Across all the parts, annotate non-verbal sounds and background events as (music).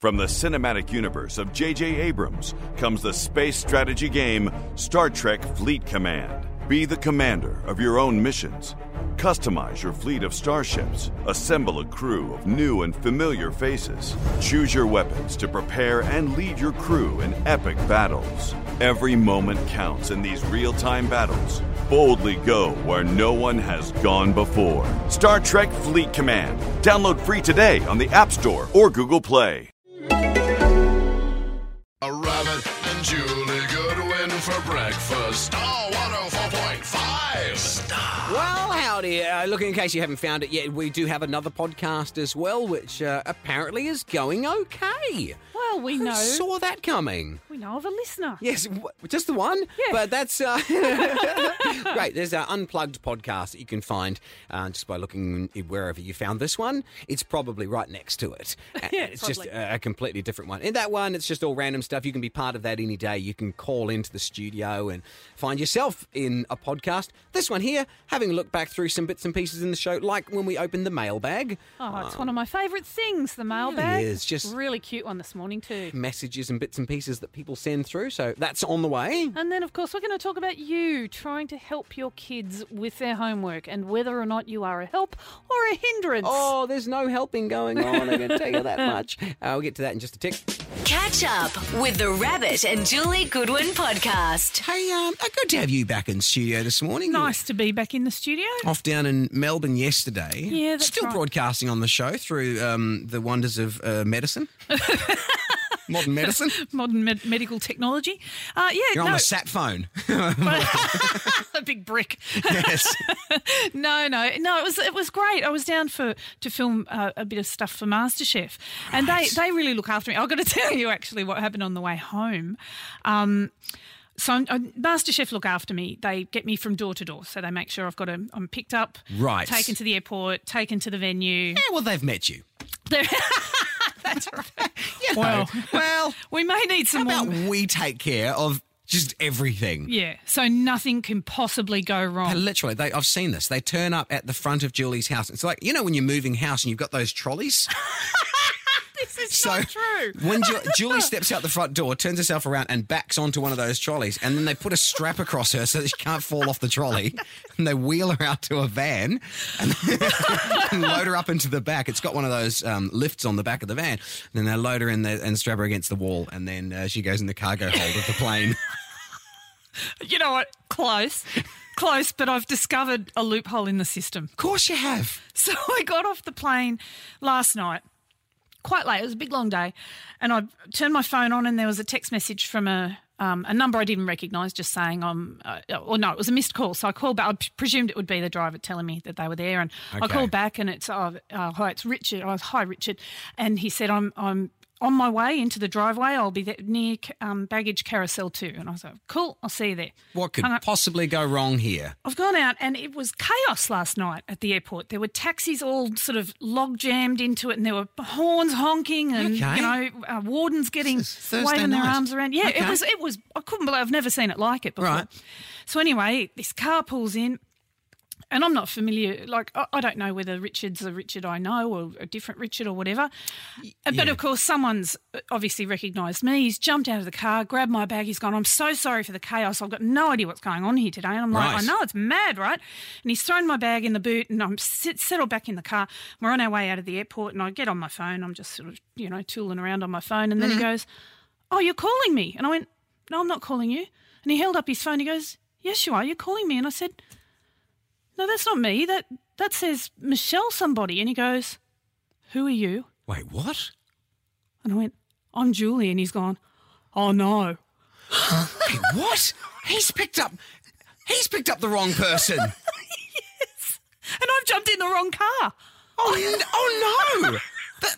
From the cinematic universe of J.J. Abrams comes the space strategy game Star Trek Fleet Command. Be the commander of your own missions. Customize your fleet of starships. Assemble a crew of new and familiar faces. Choose your weapons to prepare and lead your crew in epic battles. Every moment counts in these real time battles. Boldly go where no one has gone before. Star Trek Fleet Command. Download free today on the App Store or Google Play. A rabbit and Julie Goodwin for breakfast. Oh, Star 104.5. Star. Well, howdy. Uh, look, in case you haven't found it yet, we do have another podcast as well, which uh, apparently is going okay. Well, we Who know. saw that coming? We know of a listener. Yes, w- just the one. Yeah. But that's uh, (laughs) great. There's our unplugged podcast that you can find uh, just by looking wherever you found this one. It's probably right next to (laughs) it. A- it's just probably. a, a completely different one. In that one, it's just all random stuff. You can be part of that any day. You can call into the studio and find yourself in a podcast. This one here, having a look back through some bits and pieces in the show, like when we opened the mailbag. Oh, it's one of my favourite things, the mailbag. is, just- Mm. really cute one this morning too. Messages and bits and pieces that people send through. So that's on the way. And then, of course, we're going to talk about you trying to help your kids with their homework and whether or not you are a help or a hindrance. Oh, there's no helping going on. I can tell you (laughs) that much. Uh, we'll get to that in just a tick. Catch up with the Rabbit and Julie Goodwin podcast. Hey, um, uh, good to have you back in studio this morning. You Nice to be back in the studio. were Off down in Melbourne yesterday. Yeah, that's Still right. broadcasting on the show through um, the wonders of uh, (laughs) medicine, modern medicine. Modern med- medical technology. Uh, yeah, You're no, on the sat phone. (laughs) a big brick. yes. (laughs) no, no, no. It was it was great. I was down for to film uh, a bit of stuff for MasterChef, and they they really look after me. I've got to (laughs) tell you actually what happened on the way home. Um, so I'm, i MasterChef look after me. They get me from door to door, so they make sure I've got a, I'm picked up, Right. taken to the airport, taken to the venue. (laughs) Yeah, well, they've met you. They're- (laughs) That's right. You know. Well. well, We may need how (laughs) some about more. we take care of just everything? Yeah, so nothing can possibly go Uh, wrong. Literally, they, I've seen this. They turn up at the front of Julie's house. It's like you know when you're moving house and you've got those trolleys. This is So when (laughs) Ju- Julie steps out the front door, turns herself around and backs onto one of those trolleys, and then they put a strap across her so that she can't fall off the (laughs) trolley, and they wheel her out to a van and, and (laughs) load her up into the back. It's got one of those um, lifts on the back of the van, and then they load her in there and strap her against the wall, and then uh, she goes in the cargo hold of the plane. You know what? (laughs) Close. Close, but I've discovered a loophole in the system. (laughs) (laughs) of course, you have. So I got off the plane last night, quite late. It was a big long day. And I turned my phone on, and there was a text message from a um, a number I didn't recognise, just saying I'm, uh, or no, it was a missed call. So I called back. I p- presumed it would be the driver telling me that they were there, and I Okay. called back, and it's oh, uh, hi, it's Richard. I was hi Richard, and he said I'm I'm on my way into the driveway. I'll be there near um, baggage carousel two, and I was like, cool, I'll see you there. What could Hung up. possibly go wrong here? I've gone out and it was chaos last night at the airport. There were taxis all sort of log jammed into it, and there were horns honking, and Okay. you know uh, wardens getting This is Thursday waving their night. arms around. Yeah, Okay. it was it was. I couldn't believe I've never seen it like it before. Right. So anyway, this car pulls in. And I'm not familiar, like, I I don't know whether Richard's a Richard I know or a different Richard or whatever. Uh, But of course, someone's uh, obviously recognised me. He's jumped out of the car, grabbed my bag. He's gone, I'm so sorry for the chaos. I've got no idea what's going on here today. And I'm Right. like, I know it's mad, right? And he's thrown my bag in the boot and I'm sit- settled back in the car. We're on our way out of the airport and I get on my phone. I'm just sort of, you know, tooling around on my phone. And then he goes, Oh, you're calling me. And I went, No, I'm not calling you. And he held up his phone. He goes, Yes, you are. You're calling me. And I said, No, that's not me. That, that says Michelle somebody. And he goes, Who are you? Wait, what? And I went, I'm Julie. And he's gone, Oh no. (laughs) Hey, what? He's picked up. He's picked up the wrong person. And I've jumped in the wrong car. Oh, n- oh no! But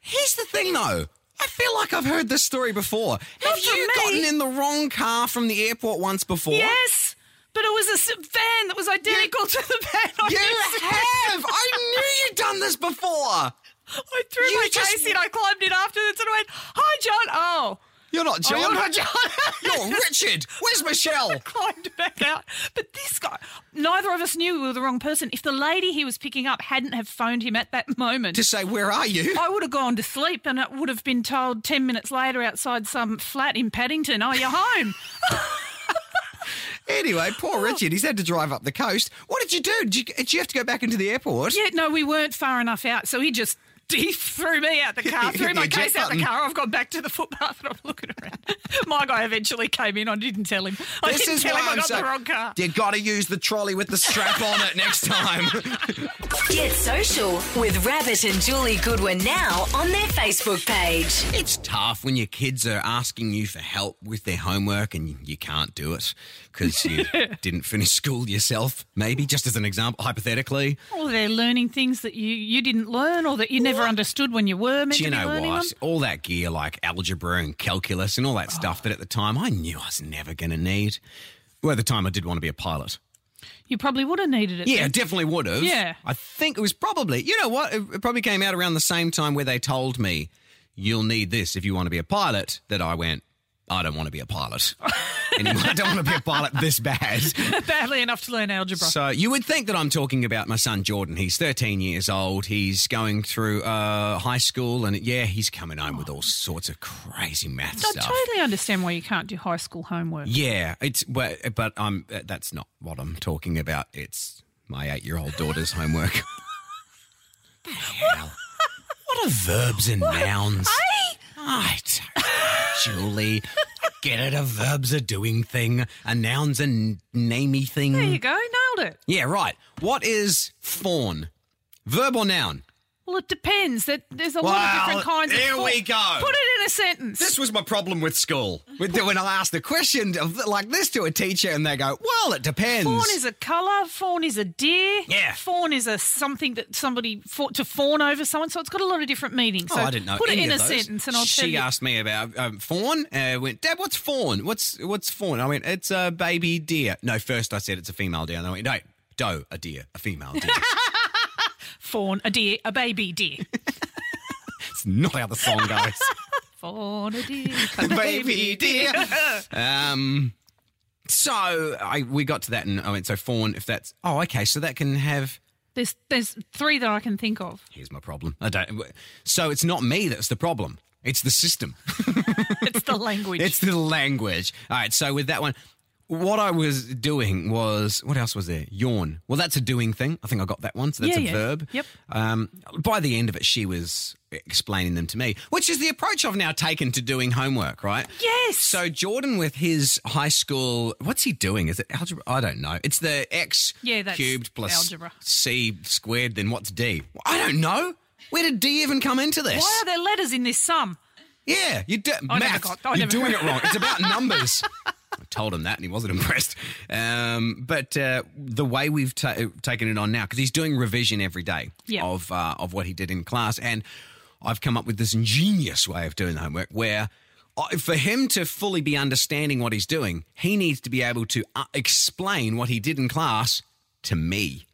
here's the thing, though. I feel like I've heard this story before. Have from you me. gotten in the wrong car from the airport once before? Yes. But it was a s- van that was identical to the van I You used. have! I knew you'd done this before! (laughs) I threw You my just- case in, I climbed in afterwards and I went, Hi, John. Oh, You're not John. you're not John. (laughs) You're Richard. Where's Michelle? climbed back back out. But this guy, neither of us knew we were the wrong person. If the lady he was picking up hadn't have phoned him at that moment, to say, where are you? I would have gone to sleep and it would have been told 10 minutes later outside some flat in Paddington, oh, you're (laughs) home. Anyway, poor Oh. Richard, he's had to drive up the coast. What did you do? Did you, did you have to go back into the airport? yeah, no, we weren't far enough out. So he just (laughs) he threw me out the car, threw my Your jet case out the button. car. I've gone back to the footpath and I'm looking around. (laughs) my guy eventually came in. I didn't tell him. I This didn't is tell why him I I'm got so- the wrong car. You got to use the trolley with the strap on it next (laughs) time. Get social with Rabbit and Julie Goodwin now on their Facebook page. It's tough when your kids are asking you for help with their homework and you can't do it because you didn't finish school yourself, maybe, just as an example, hypothetically. Or they're learning things that you, you didn't learn or that you never understood when you were meant Do you to be know learning what? them. All that gear like algebra and calculus and all that stuff that at the time I knew I was never going to need. Well, at the time I did want to be a pilot. You probably would have needed it. Yeah, then. definitely would have. Yeah. I think it was probably, you know what? It it probably came out around the same time where they told me, you'll need this if you want to be a pilot, that I went, I don't want to be a pilot. anymore. I don't want to be a pilot this bad. (laughs) Badly enough to learn algebra. So you would think that I'm talking about my son Jordan. He's 13 years old. He's going through uh, high school, and yeah, he's coming home with all sorts of crazy math I stuff. totally understand why you can't do high school homework. Yeah, it's but, but I'm uh, that's not what I'm talking about. It's my eight-year-old daughter's homework. (laughs) The hell? What are verbs and nouns? I don't- Julie, get it? A verb's a doing thing. A noun's a n- namey thing. There you go, nailed it. Yeah, right. What is fawn? Verb or noun? Well, it depends. That there's a lot Well, of different kinds. here of thought. we go. Put it in a sentence. This was my problem with school. With- When I asked the question of, like this to a teacher, and they go, "Well, it depends." fawn is a colour. Fawn is a deer. Yeah. Fawn is a something that somebody fought to fawn over someone. So it's got a lot of different meanings. Oh, so I didn't know. Put any it in of a those. sentence, and I'll she tell you. asked me about um, fawn. Uh, went, Dad, what's fawn? What's what's fawn? I went, it's a baby deer. No, first I said it's a female deer. And I went, no, doe, a deer, a female (laughs) deer. fawn, a deer, a (laughs) baby deer. it's not how the song (laughs) goes. (laughs) fawn, a deer, a baby deer. (laughs) Um, so I we got to that, and I went, so fawn. If that's oh, okay, so that can have. There's there's three that I can (laughs) think of. Here's my problem. I don't. So it's not me that's the problem. It's the system. It's the language. It's the language. All right, so with that one, what I was doing was what else was there? Yawn. Well, that's a doing thing. I think I got that one. So that's Yeah, a yeah. verb. Yep. Um, by the end of it, she was explaining them to me, which is the approach I've now taken to doing homework. Right. yes. So Jordan with his high school, what's he doing? Is it algebra? I don't know. It's the x Yeah, that's cubed plus algebra. c squared. Then what's d? I don't know. Where did d even come into this? why are there letters in this sum? Yeah, you do, I never math. got- I you're never- doing it wrong. It's (laughs) about numbers. I told him that, and he wasn't impressed. Um, but uh, the way we've ta- taken it on now, because he's doing revision every day Yeah. of uh, of what he did in class, and I've come up with this ingenious way of doing the homework where. I- For him to fully be understanding what he's doing, he needs to be able to uh, explain what he did in class to me,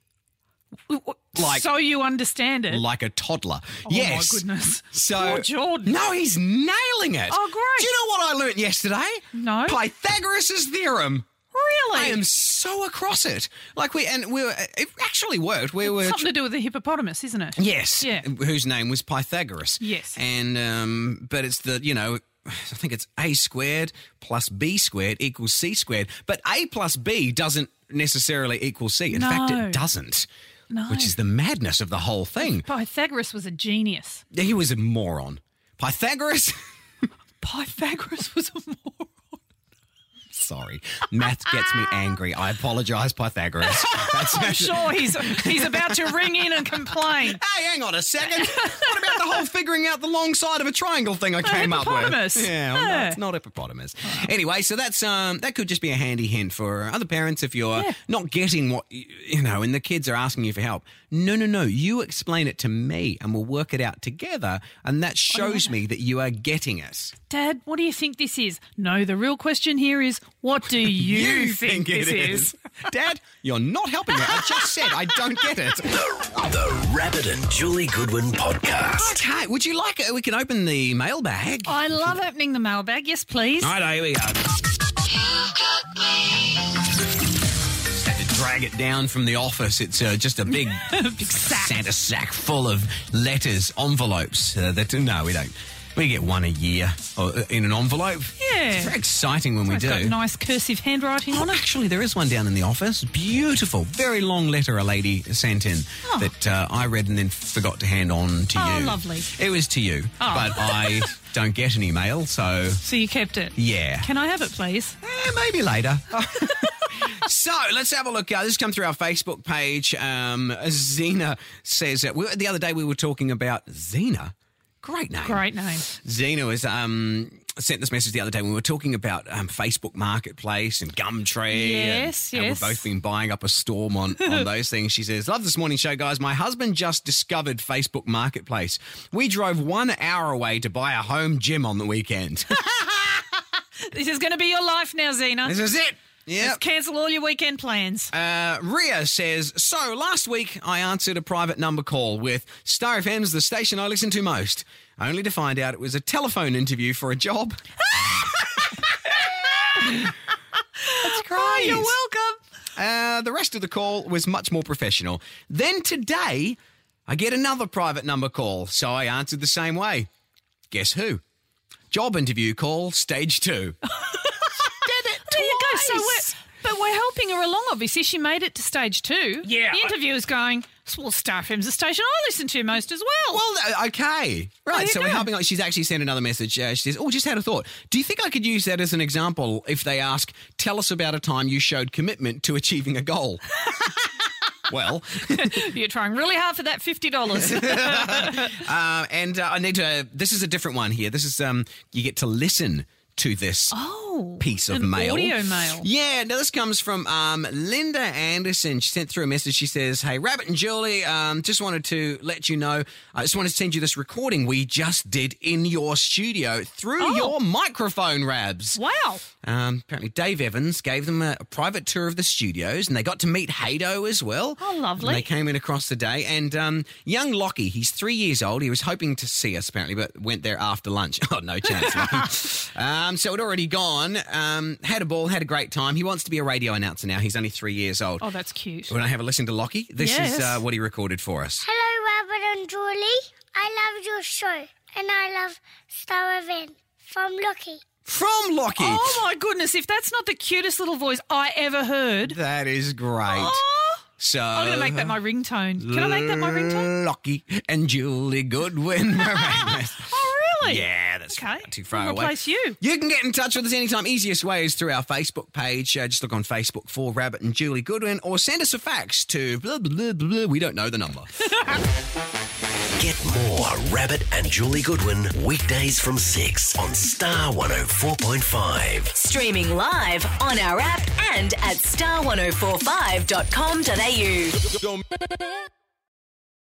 Like- so you understand it. like a toddler. Eh? oh yes, my goodness. so Poor Jordan. No, he's nailing it. Oh, great. Do you know what I learnt yesterday? No. Pythagoras' theorem. Really? I am so across it. Like we and we were, uh, it actually worked. We were Something to do with the hippopotamus, isn't it? yes, Yeah. whose name was Pythagoras. Yes. and um, but it's the you know. I think it's a squared plus b squared equals c squared, but a plus b doesn't necessarily equal c. In fact, No. it doesn't, No. which is the madness of the whole thing. Pythagoras was a genius. He was a moron. Pythagoras Pythagoras was a moron. Sorry. Math gets me angry. I apologize, Pythagoras. That's (laughs) I'm (laughs) sure he's he's about to ring in and complain. Hey, hang on a second. What about the whole figuring out the long side of a triangle thing I came up hippopotamus. with? Yeah, well, no, Yeah. it's not hippopotamus. Anyway, so that's um that could just be a handy hint for other parents if you're not getting what y- you know and the kids are asking you for help. No, no, no. You explain it to me and we'll work it out together and Oh, that shows me that you are getting it. Dad, what do you think this is? No, the real question here is, what do (laughs) you, think, this is? (laughs) Dad, you're not helping me. I just said I don't get it. (laughs) The Rabbit and Julie Goodwin Podcast. Okay, would you like it? We can open the mailbag. All I love opening the mailbag. Yes, please. right, here we go. drag it down from the office. It's uh, just a (laughs) big, sack. Santa sack full of letters, envelopes. Uh, that no, we don't. We get one a year or, uh, in an envelope. Yeah. it's very exciting when we It's do. got nice cursive handwriting Oh, on it. actually, there is one down in the office. Beautiful, very long letter a lady sent in that uh, I read and then forgot to hand on to Oh, you. lovely. Oh. It was to you, but (laughs) I don't get any mail, so So you kept it. yeah. Can I have it, please? Eh, maybe later. (laughs) so let's have a look. Uh, this has come through our Facebook page. Um, Zena says that we, the other day we were talking about Zena. Great name. Great name. Zena was um, sent this message the other day when we were talking about um, Facebook Marketplace and Gumtree. Yes, and, and yes. we've both been buying up a storm (laughs) on, on those things. She says, Love this morning show, guys. My husband just discovered Facebook Marketplace. We drove one hour away to buy a home gym on the weekend. (laughs) This is going to be your life now, Zena. this is (laughs) it. Yeah. Just cancel all your weekend plans. Uh, Ria says, So last week I answered a private number call with Star FM's the station I listen to most, only to find out it was a telephone interview for a (laughs) job. That's great. Oh, You're welcome. Uh, the rest of the call was much more professional. Then today, I get another private number call, so I answered the same way. Guess who? Job interview call, stage two. There you go. So we're, but we're helping her along, obviously. She made it to stage two. Yeah. The interview is going, well, Star FM's the station I listen to most as well. Well, th- uh, okay. Right. you So we're go. helping. out- She's actually sent another message. Uh, she says, Oh, just had a thought. Do you think I could use that as an example if they ask, Tell us about a time you showed commitment to achieving a goal? (laughs) well, You're trying really hard for that $50. uh, and uh, I need to. This is a different one here. This is, um, you get to listen to this oh. piece of an mail. audio mail. Yeah, now this comes from um, Linda Anderson. She sent through a message. She says, Hey, Rabbit and Julie, um, just wanted to let you know, I just wanted to send you this recording we just did in your studio through Oh. your microphone, Rabs. Wow. Um, apparently, Dave Evans gave them a, a private tour of the studios, and they got to meet Hado as well. Oh, lovely. And they came in across the day, and um, young Lockie, he's three years old. He was hoping to see us apparently, but went there after lunch. (laughs) Oh, no chance. (laughs) Lockie. um, so it already gone. Um, had a ball, had a great time. He wants to be a radio announcer now. He's only three years old. Oh, that's cute. When I have a listen to Lockie, this Yes. is uh, what he recorded for us. Hello, Robert and Julie. I love your show, and I love Star Event from Lucky. From Lockie. Oh, my goodness. If that's not the cutest little voice I ever heard. That is great. Oh, So I'm going to make that my ringtone. Can I make that my ringtone? Lockie and Julie Goodwin. (laughs) Oh, really? Yeah, that's Okay. not too far We'll away. replace you. You can get in touch with us anytime. Easiest way is through our Facebook page. Uh, just look on Facebook for Rabbit and Julie Goodwin, or send us a fax to blah blah blah. We don't know the number. Get more Rabbit and Julie Goodwin weekdays from 6 on Star 104.5. Streaming live on oh our app and at star1045.com.au. Don't